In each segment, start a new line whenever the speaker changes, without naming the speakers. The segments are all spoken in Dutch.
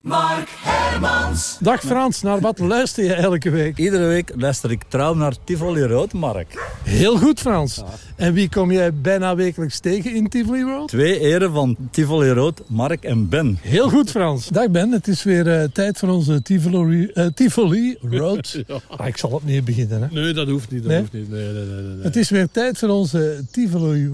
Mark Hermans.
Dag Frans, naar wat luister je elke week?
Iedere week luister ik trouw naar Tivoli Roodmark.
Heel goed Frans. En wie kom jij bijna wekelijks tegen in Tivoli World?
Twee eren van Tivoli Rood, Mark en Ben.
Heel goed Frans. Dag Ben, het is weer eh, tijd voor onze Tivoli, eh, Tivoli Road. ah, ik zal opnieuw beginnen hè.
Nee, dat hoeft niet. Dat
Nee?
hoeft niet. Nee, nee, nee, nee, nee.
Het is weer tijd voor onze Tivoli...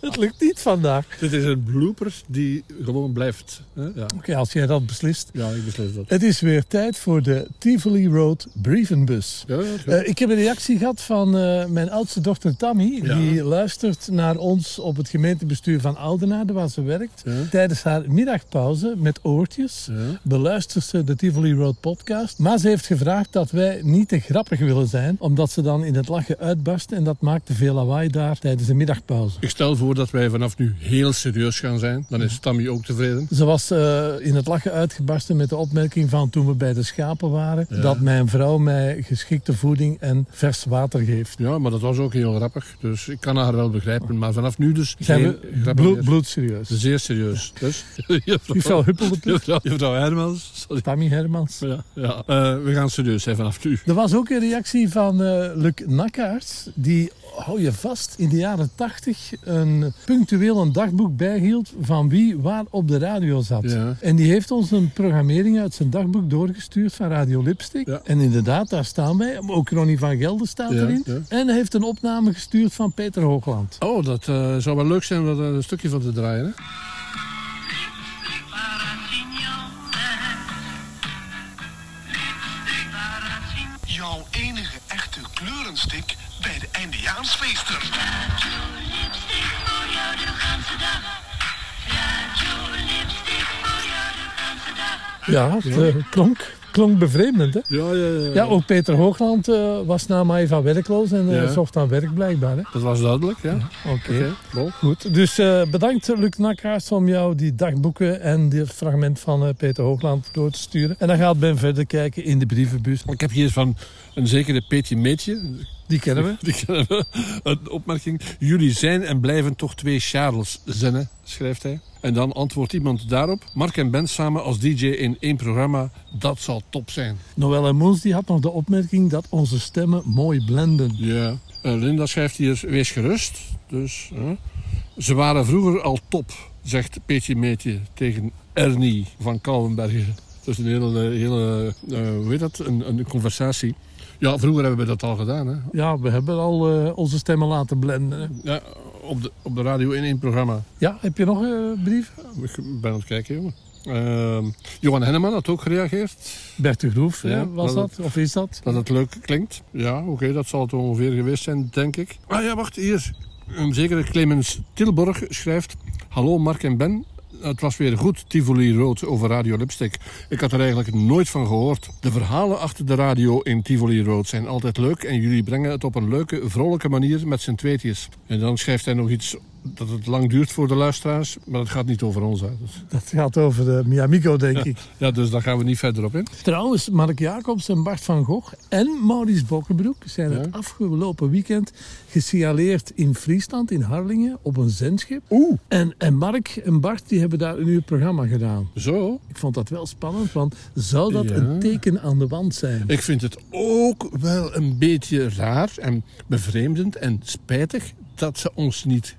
het lukt niet vandaag.
Dit is een blooper die gewoon blijft. Hè? Ja.
Oké, als jij dat beslist.
ja, ik beslis dat.
Het is weer tijd voor de Tivoli Road brievenbus.
Ja, ja, ja.
Eh, ik heb een reactie gehad van eh, mijn oudste dochter Tammy.
Ja.
Die luistert naar ons op het gemeentebestuur van Oudenaarde, waar ze werkt.
Ja.
Tijdens haar middagpauze met oortjes
Ja.
beluistert ze de Tivoli Road podcast. Maar ze heeft gevraagd dat wij niet te grappig willen zijn, omdat ze dan in het lachen uitbarst. En dat maakt te veel lawaai daar tijdens de middagpauze.
Ik stel voor dat wij vanaf nu heel serieus gaan zijn. Dan is Tammy ook tevreden.
Ze was eh, in het lachen uitgebarsten met de opmerking van toen we bij de schapen waren, dat mijn vrouw mij geschikte voeding en vers water geeft.
Ja, maar dat was ook heel grappig. Dus ik kan haar wel begrijpen. Maar vanaf nu dus
Zijn
geen
we
grappen
bloed,
meer.
bloedserieus?
Zeer serieus. Dus,
Juffrouw
juffrouw,
Huppel de Ploeg,
juffrouw, juffrouw Hermans. Sorry.
Tammy Hermans.
Ja, ja. Eh, we gaan serieus zijn vanaf nu.
Er was ook een reactie van eh, Luc Nakkaerts, die, hou je vast, in de jaren tachtig een punctueel een dagboek bijhield van wie waar op de radio zat.
Ja.
En die heeft ons een programmering uit zijn dagboek doorgestuurd van Radio Lipstick.
Ja.
En inderdaad, daar staan wij. Ook Ronnie van Gelder staat
Ja,
erin.
ja.
En hij heeft een opname gestuurd van Peter Hoogland.
Oh, dat eh, zou wel leuk zijn om daar een stukje van te draaien. Hè?
Jouw enige echte kleurenstick bij de Eindejaarsfeesten.
Ja, het eh, klonk, klonk bevreemdend, hè?
Ja, ja, ja.
Ja, ook Peter Hoogland eh, was na mij van werkloos en eh,
Ja.
zocht aan werk blijkbaar. Hè?
Dat was duidelijk, ja.
Oké.
Oké, bol.
Goed, dus eh, bedankt Luc Nakkaerts om jou die dagboeken en dit fragment van eh, Peter Hoogland door te sturen. En dan gaat Ben verder kijken in de brievenbus.
Ik heb hier van een zekere Petje Meetje,
Die kennen we.
die kennen we, een opmerking. Jullie zijn en blijven toch twee Charles zinnen, schrijft hij. En dan antwoordt iemand daarop. Mark en Ben samen als DJ in één programma, dat zal top zijn.
Noël Moens die had nog de opmerking dat onze stemmen mooi blenden.
Ja. Eh, Linda schrijft hier, wees gerust. Dus, hè. Ze waren vroeger al top, zegt Petje Meetje tegen Ernie van Kouwenbergen. Dat is een hele, hele eh, hoe heet dat, een, een conversatie. Ja, vroeger hebben we dat al gedaan. Hè?
Ja, we hebben al eh, onze stemmen laten blenden. hè.
Ja, op, de, op de radio in één programma.
Ja, heb je nog eh, een brief?
Ik ben aan het kijken, jongen. Ehm, Johan Henneman had ook gereageerd.
Bert de Groef,
Ja,
hè, was
dat-
dat? Of is dat?
Dat het leuk klinkt. Ja, oké, dat zal het ongeveer geweest zijn, denk ik. Ah ja, wacht, hier. Een zekere Clemens Tilborg schrijft... Hallo Mark en Ben. Het was weer goed, Tivoli Rood, over Radio Lipstick. Ik had er eigenlijk nooit van gehoord. De verhalen achter de radio in Tivoli Rood zijn altijd leuk... en jullie brengen het op een leuke, vrolijke manier met z'n tweetjes. En dan schrijft hij nog iets dat het lang duurt voor de luisteraars... maar dat gaat niet over ons. Hè. Dus-
Dat gaat over de Miamigo, denk ik.
ja, dus daar gaan we niet verder op in.
Trouwens, Mark Jacobs en Bart van Gogh en Maurice Bokkenbroek zijn het afgelopen weekend gesignaleerd in Friesland, in Harlingen, op een zendschip.
Oeh.
En, en Mark en Bart die hebben daar een uur programma gedaan.
Zo,
Ik vond dat wel spannend, want zou dat
Ja.
een teken aan de wand zijn?
Ik vind het ook wel een beetje raar en bevreemdend en spijtig dat ze ons niet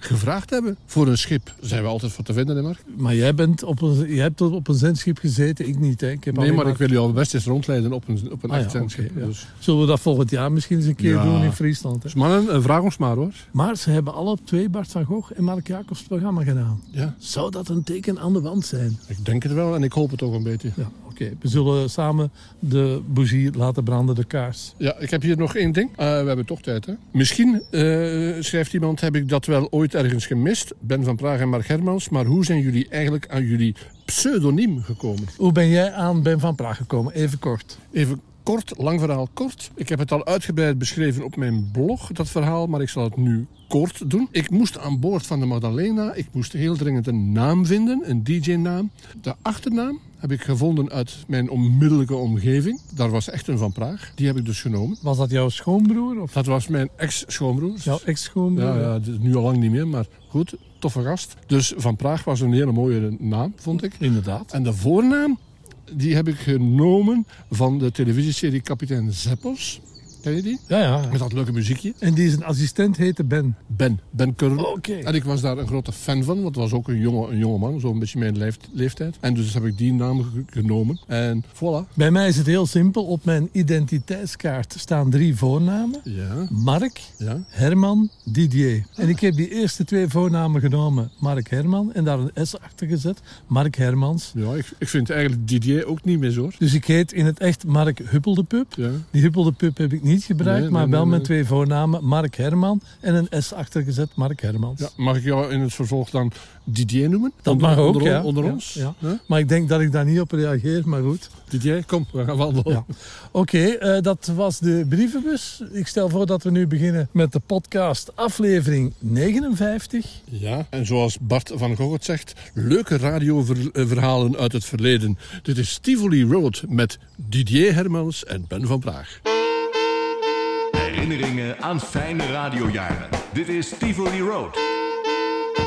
gevraagd hebben voor een schip. Zijn we altijd voor te vinden, hè Mark?
Maar jij, bent op een, jij hebt op een zendschip gezeten, ik niet. Hè? Ik heb
Nee,
alleen
maar ik wil je al best eens rondleiden op een, op een
Ah ja,
echt zendschip.
oké, ja.
dus.
Zullen we dat volgend jaar misschien eens een keer
Ja.
doen in Friesland? Hè?
dus mannen, eh, vraag ons maar hoor.
Maar ze hebben alle twee Bart van Gogh en Mark Jacobs programma gedaan.
Ja,
Zou dat een teken aan de wand zijn?
ik denk het wel en ik hoop het ook een beetje.
Ja, oké. We zullen samen de bougie laten branden, de kaars.
Ja, ik heb hier nog één ding. Eh, we hebben toch tijd, hè? Misschien, eh, schrijft iemand, heb ik dat wel ooit ergens gemist. Ben van Praag en Mark Hermans. Maar hoe zijn jullie eigenlijk aan jullie pseudoniem gekomen?
Hoe ben jij aan Ben van Praag gekomen? Even kort.
Even kort, lang verhaal kort. Ik heb het al uitgebreid beschreven op mijn blog, dat verhaal, maar ik zal het nu kort doen. Ik moest aan boord van de Maddalena, ik moest heel dringend een naam vinden, een DJ-naam. De achternaam heb ik gevonden uit mijn onmiddellijke omgeving. Daar was echt een van Praag. Die heb ik dus genomen.
Was dat jouw schoonbroer of
Dat was mijn ex-schoonbroer.
jouw ex-schoonbroer?
Ja, ja, dit is nu al lang niet meer, maar goed. toffe gast. Dus Van Praag was een hele mooie naam, vond ik.
Inderdaad.
En de voornaam, die heb ik genomen van de televisieserie Kapitein Zeppels. Ken je die?
Ja, ja.
Met dat leuke muziekje.
En die zijn assistent heette Ben.
Ben, Ben Curl.
Oké.
En ik was daar een grote fan van, want het was ook een jonge, een jonge man, zo'n beetje mijn leeft- leeftijd. En dus heb ik die naam ge- genomen. En voilà.
Bij mij is het heel simpel. Op mijn identiteitskaart staan drie voornamen.
Ja,
Mark,
ja.
Herman, Didier. En ik heb die eerste twee voornamen genomen. Mark Herman en daar een S achter gezet. Mark Hermans.
Ja, ik, ik vind eigenlijk Didier ook niet mis hoor.
Dus ik heet in het echt Mark Huppeldepup.
Ja.
Die Huppeldepup heb ik niet gebruikt,
Nee,
maar
nee,
wel
nee,
mijn
nee.
twee voornamen. Mark Herman en een S achter gezet. Mark Hermans.
Ja, mag ik jou in het vervolg dan Didier noemen?
Dat
onder,
mag ook,
onder, on-
ja.
onder
Ja,
ons?
ja.
Huh?
Maar ik denk dat ik daar niet op reageer, maar goed.
Didier, kom, we gaan wandelen.
Ja. Oké, eh, dat was de brievenbus. Ik stel voor dat we nu beginnen met de podcast aflevering 59.
Ja, en zoals Bart van Gogh zegt, leuke radioverhalen uit het verleden. Dit is Tivoli Road met Didier Hermans en Ben van Praag.
Herinneringen aan fijne radiojaren. Dit is Tivoli Road.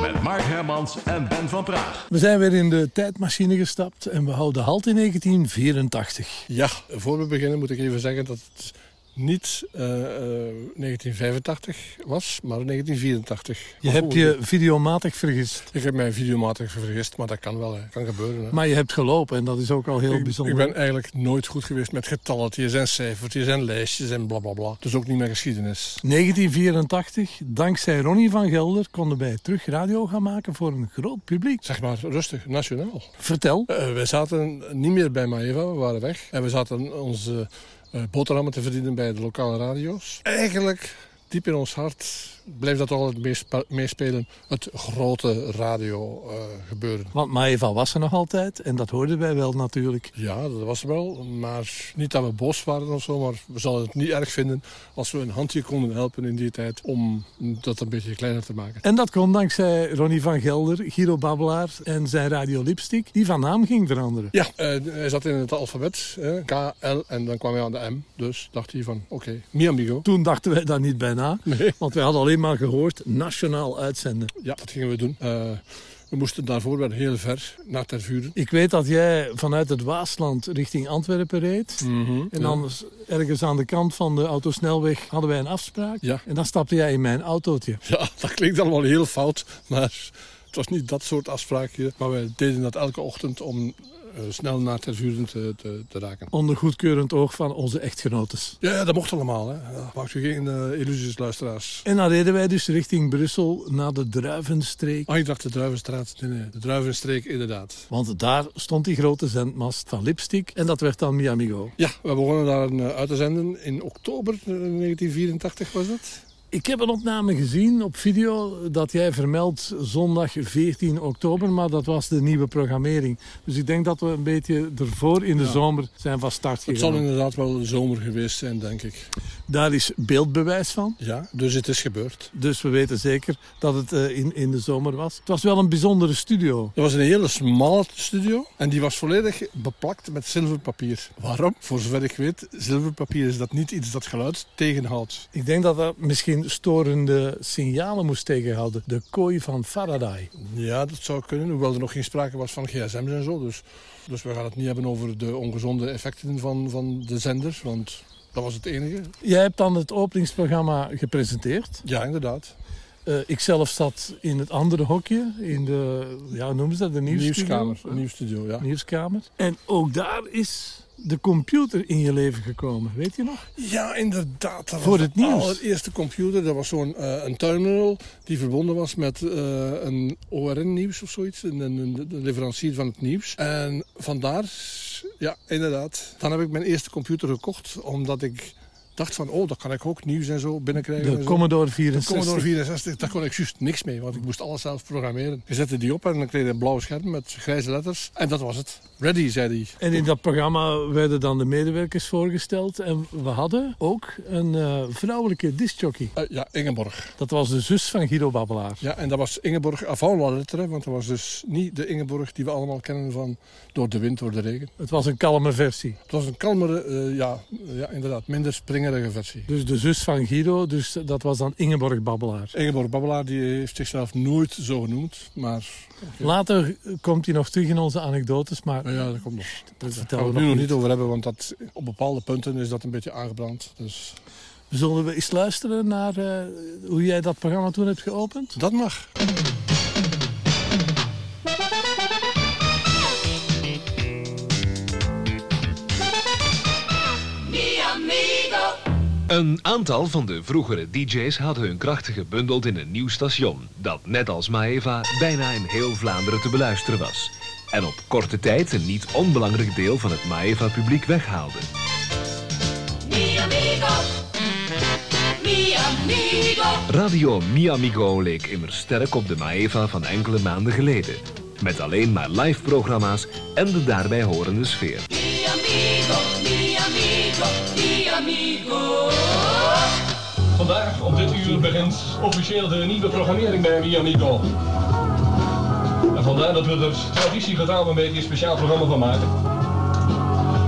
Met Mark Hermans en Ben van Praag.
We zijn weer in de tijdmachine gestapt en we houden halt in 1984.
Ja, voor we beginnen moet ik even zeggen dat het niet eh, eh, 1985 was, maar 1984.
Je hebt je videomatig vergist,
Ik heb mij videomatig vergist, maar dat kan wel, hè. kan gebeuren. Hè.
maar je hebt gelopen en dat is ook al heel
Ik-
bijzonder.
Ik ben eigenlijk nooit goed geweest met getalletjes en cijfertjes en lijstjes en blablabla. Bla, bla. Dus ook niet meer geschiedenis.
1984, dankzij Ronnie van Gelder konden wij terug radio gaan maken voor een groot publiek.
Zeg maar rustig, nationaal.
Vertel.
Eh, we zaten niet meer bij Maeva, we waren weg. En we zaten onze eh, boterhammen te verdienen bij de lokale radio's. Eigenlijk, diep in ons hart, bleef dat al het meespa- meespelen. Het grote radio eh, gebeuren.
Want Maeva was er nog altijd en dat hoorden wij wel natuurlijk.
Ja, dat was wel. Maar niet dat we boos waren of zo, maar we zouden het niet erg vinden als we een handje konden helpen in die tijd om dat een beetje kleiner te maken.
En dat kon dankzij Ronnie van Gelder, Guido Babbelaar en zijn Radio Lipstick, die van naam ging veranderen.
Ja, eh, hij zat in het alfabet, eh, K, L en dan kwam hij aan de M. Dus dacht hij van, oké, mi amigo.
Toen dachten wij daar niet bij na,
Nee.
want wij hadden alleen maar gehoord nationaal uitzenden.
Ja, dat gingen we doen. Eh, we moesten daarvoor wel heel ver naar Tervuren.
Ik weet dat jij vanuit het Waasland richting Antwerpen reed. En
Mhm, ja.
anders ergens aan de kant van de autosnelweg hadden wij een afspraak.
Ja.
En dan stapte jij in mijn autootje.
Ja, dat klinkt allemaal heel fout, maar het was niet dat soort afspraakje. Maar wij deden dat elke ochtend om eh, snel naar Tervuren te, te, te raken.
Onder goedkeurend oog van onze echtgenotes.
Ja, ja, dat mocht allemaal. Hè. Ja, maakt u geen eh, illusies, luisteraars.
En dan reden wij dus richting Brussel naar de Druivenstreek.
Ah, ik dacht de Druivenstraat. Nee, nee, de Druivenstreek inderdaad.
Want daar stond die grote zendmast van Lipstick. En dat werd dan Miamigo.
Ja, we begonnen daar een, eh, uit te zenden in oktober eh, 1984 was dat.
Ik heb een opname gezien op video dat jij vermeldt zondag 14 oktober, maar dat was de nieuwe programmering. Dus ik denk dat we een beetje ervoor in de zomer zijn van start
Het
gegaan.
zal inderdaad wel de zomer geweest zijn, denk ik.
Daar is beeldbewijs van,
Ja, dus het is gebeurd.
dus we weten zeker dat het eh, in, in de zomer was. Het was wel een bijzondere studio.
Dat was een hele smalle studio en die was volledig beplakt met zilverpapier. Waarom? Voor zover ik weet, zilverpapier is dat niet iets dat geluid tegenhoudt.
Ik denk dat dat misschien storende signalen moest tegenhouden. De kooi van Faraday.
Ja, dat zou kunnen, hoewel er nog geen sprake was van gsm's en zo. Dus, dus we gaan het niet hebben over de ongezonde effecten van, van de zender, want dat was het enige.
Jij hebt dan het openingsprogramma gepresenteerd.
Ja, inderdaad.
Eh ikzelf zat in het andere hokje, in de, ja, hoe noemen ze dat, de nieuwsstudio?
Nieuwskamer, nieuwsstudio, ja.
nieuwskamer. En ook daar is de computer in je leven gekomen, weet je nog?
Ja, inderdaad. Dat
Voor
was
het
de
nieuws.
allereerste computer, dat was zo'n eh, een terminal die verbonden was met eh, een ORN-nieuws of zoiets. Een, een, een- de leverancier van het nieuws. En vandaar, ja, inderdaad. Dan heb ik mijn eerste computer gekocht, omdat ik dacht van, oh, dat kan ik ook nieuws en zo binnenkrijgen.
De
en zo.
Commodore
De
64.
Commodore 64, daar kon ik juist niks mee, want ik moest alles zelf programmeren. Je zette die op en dan kreeg je een blauw scherm met grijze letters. En dat was het. Ready, zei hij.
En in dat programma werden dan de medewerkers voorgesteld. En we hadden ook een eh, vrouwelijke discjockey.
Eh, ja, Ingeborg.
Dat was de zus van Guido Babbelaar.
Ja, en dat was Ingeborg avant la lettre, want dat was dus niet de Ingeborg die we allemaal kennen van door de wind, door de regen.
Het was een kalme versie.
Het was een kalmere, eh, ja, ja, inderdaad, minder springerige versie.
Dus de zus van Guido, dus dat was dan Ingeborg Babbelaar.
Ingeborg Babbelaar die heeft zichzelf nooit zo genoemd, maar
Later komt hij nog terug in onze anekdotes, maar
nou ja, dat komt nog.
dat
Daar gaan we
vertellen
het
we
nu nog
nog
niet over hebben, want dat, op bepaalde punten is dat een beetje aangebrand. Dus
Zullen we eens luisteren naar eh, hoe jij dat programma toen hebt geopend?
dat mag.
Een aantal van de vroegere DJ's hadden hun krachten gebundeld in een nieuw station. Dat net als Maeva bijna in heel Vlaanderen te beluisteren was. En op korte tijd een niet onbelangrijk deel van het Maeva-publiek weghaalde.
Mi amigo, mi amigo.
Radio Miamigo leek immers sterk op de Maeva van enkele maanden geleden. Met alleen maar live programma's en de daarbij horende sfeer.
Mi amigo, mi amigo, mi amigo.
Vandaag op dit uur begint officieel de nieuwe programmering bij Miamigo. En vandaar dat we er traditiegetrouw een beetje een speciaal programma van maken.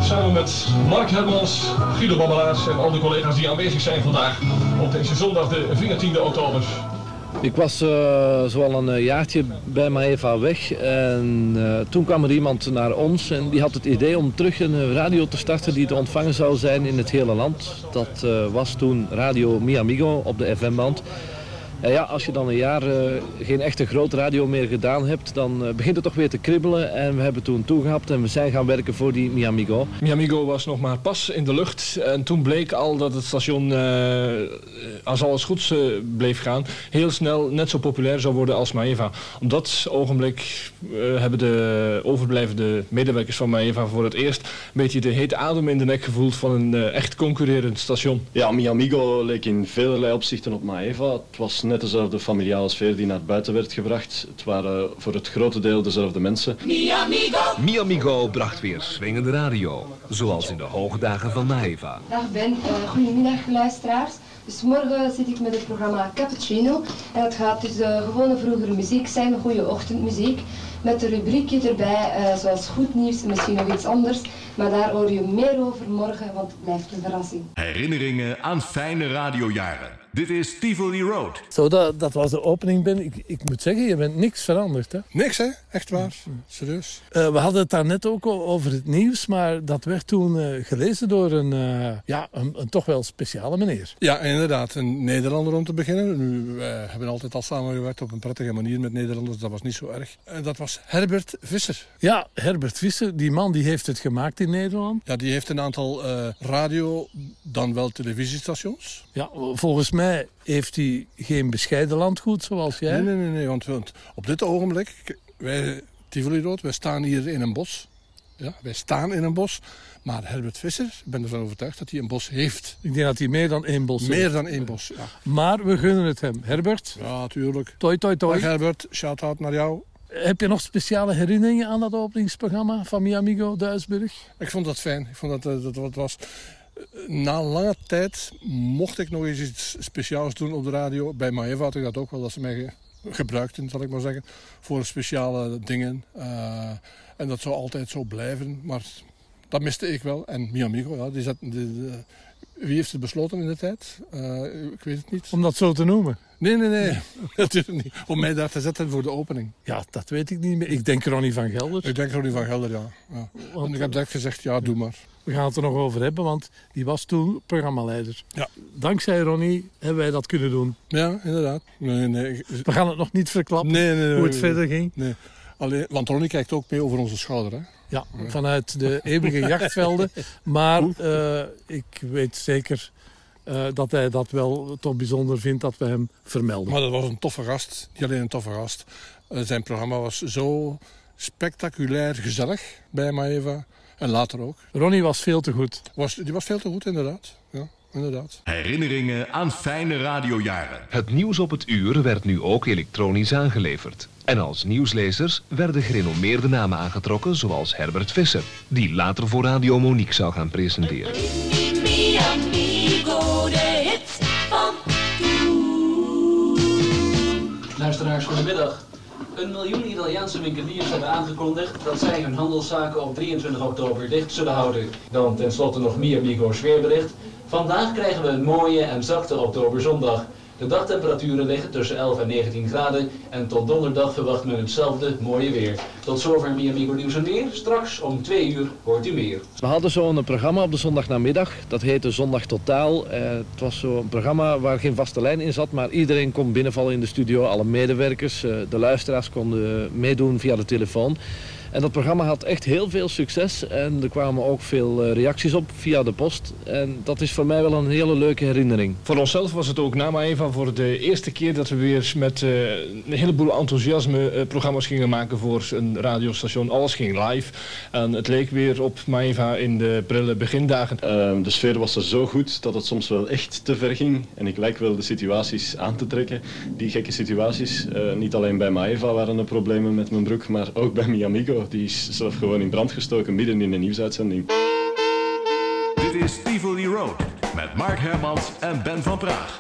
Samen met Mark Hermans, Guido Babbelaars en al de collega's die aanwezig zijn vandaag op deze zondag de 14e oktober.
Ik was eh zoal een eh, jaartje bij Maeva weg en eh, toen kwam er iemand naar ons en die had het idee om terug een eh, radio te starten die te ontvangen zou zijn in het hele land. Dat eh, was toen Radio Miamigo op de FM-band. En ja, als je dan een jaar eh, geen echte grote radio meer gedaan hebt, dan eh, begint het toch weer te kribbelen en we hebben toen toegehapt en we zijn gaan werken voor die Miamigo.
Miamigo was nog maar pas in de lucht en toen bleek al dat het station, eh, als alles goed eh, bleef gaan, heel snel net zo populair zou worden als Maeva. Op dat ogenblik eh, hebben de overblijvende medewerkers van Maeva voor het eerst een beetje de hete adem in de nek gevoeld van een eh, echt concurrerend station.
Ja, Mi Amigo leek in vele opzichten op Maeva. Het was net dezelfde familiale sfeer die naar buiten werd gebracht. Het waren eh, voor het grote deel dezelfde mensen.
Mi amigo.
Miamigo bracht weer swingende radio, zoals in de hoogdagen van Maeva.
Dag Ben, Eh, goedemiddag luisteraars. Dus morgen zit ik met het programma Cappuccino. En dat gaat dus eh, gewone vroegere muziek zijn, goede ochtendmuziek. Met een rubriekje erbij, eh, zoals goed nieuws en misschien nog iets anders. Maar daar hoor je meer over morgen, want het blijft een verrassing.
Herinneringen aan fijne radiojaren. Dit is Tivoli Road.
Zo, dat, dat was de opening, Ben. Ik, ik moet zeggen, je bent niks veranderd. Hè?
Niks hè, echt waar. Serieus.
Eh, we hadden het daar net ook o- over het nieuws, maar dat werd toen eh, gelezen door een, eh, ja, een, een toch wel speciale meneer.
Ja, inderdaad. Een Nederlander om te beginnen. Nu, wij hebben altijd al samengewerkt op een prettige manier met Nederlanders. Dat was niet zo erg. En dat was Herbert Visser.
Ja, Herbert Visser, die man die heeft het gemaakt in Nederland.
Ja, die heeft een aantal eh, radio, dan wel televisiestations.
Ja, volgens mij heeft hij geen bescheiden landgoed zoals jij.
Nee, nee, nee, nee. Want, want op dit ogenblik, k- wij, Tivoli Rood, wij staan hier in een bos. Ja, wij staan in een bos. Maar Herbert Visser, ik ben ervan overtuigd dat hij een bos heeft.
Ik denk dat hij meer dan één bos
Meer
heeft.
dan één bos. Ja,
Maar we gunnen het hem. Herbert,
ja natuurlijk.
toi toi toi.
Dag Herbert, shout-out naar jou.
Heb je nog speciale herinneringen aan dat openingsprogramma van Miamigo Duisburg?
Ik vond dat fijn. Ik vond dat eh, dat wat was. Eh, Na lange tijd mocht ik nog eens iets speciaals doen op de radio. Bij Maeva had ik dat ook wel, dat ze mij ge- gebruikten, zal ik maar zeggen, voor speciale dingen. Eh, en dat zou altijd zo blijven, maar dat miste ik wel. En Miamigo, ja, die zat, die- die- wie heeft het besloten in de tijd? Eh, ik weet het niet.
Om dat zo te noemen.
Nee, nee, nee, natuurlijk niet. Om mij daar te zetten voor de opening.
Ja, dat weet ik niet meer. Ik denk Ronnie van Gelder.
Ik denk Ronnie van Gelder, ja. ja.
Want-
En ik heb direct gezegd, ja, doe maar.
We gaan het er nog over hebben, want die was toen programmaleider.
Ja.
Dankzij Ronnie hebben wij dat kunnen doen.
Ja, inderdaad. Nee, nee, ik-
We gaan het nog niet verklappen
Nee, nee, nee,
hoe het
nee.
verder ging.
Nee. Alleen, want Ronnie kijkt ook mee over onze schouder. Hè?
Ja, vanuit de eeuwige jachtvelden. Maar eh, ik weet zeker eh, dat hij dat wel toch bijzonder vindt dat we hem vermelden.
Maar dat was een toffe gast. Niet alleen een toffe gast. Eh, zijn programma was zo spectaculair gezellig bij Maeva. En later ook.
Ronnie was veel te goed.
Was, die was veel te goed, inderdaad. Ja. inderdaad.
Herinneringen aan fijne radiojaren.
Het nieuws op het uur werd nu ook elektronisch aangeleverd. En als nieuwslezers werden gerenommeerde namen aangetrokken, zoals Herbert Visser, die later voor Radio Monique zou gaan presenteren.
mi amigo, de hits van
Luisteraars, goedemiddag. Een miljoen Italiaanse winkeliers hebben aangekondigd dat zij hun handelszaken op 23 oktober dicht zullen houden. Dan tenslotte nog meer Migo's weerbericht. Vandaag krijgen we een mooie en zachte oktoberzondag. De dagtemperaturen liggen tussen 11 en 19 graden en tot donderdag verwacht men hetzelfde mooie weer. Tot zover Miamigo Nieuws en Weer. Straks om 2 uur hoort u meer.
We hadden zo'n programma op de zondagnamiddag, dat heette Zondag Totaal. Eh, het was zo'n programma waar geen vaste lijn in zat, maar iedereen kon binnenvallen in de studio, alle medewerkers, eh, de luisteraars konden meedoen via de telefoon. En dat programma had echt heel veel succes en er kwamen ook veel eh, reacties op via de post. En dat is voor mij wel een hele leuke herinnering.
Voor onszelf was het ook na Maeva voor de eerste keer dat we weer met eh, een heleboel enthousiasme eh, programma's gingen maken voor een radiostation. Alles ging live en het leek weer op Maeva in de prille begindagen.
Ehm, de sfeer was er zo goed dat het soms wel echt te ver ging. En ik lijk wel de situaties aan te trekken. Die gekke situaties, eh, niet alleen bij Maeva waren er problemen met mijn broek, maar ook bij Miamigo. Die is zelf gewoon in brand gestoken midden in een nieuwsuitzending.
Dit is Tivoli Road met Mark Hermans en Ben van Praag.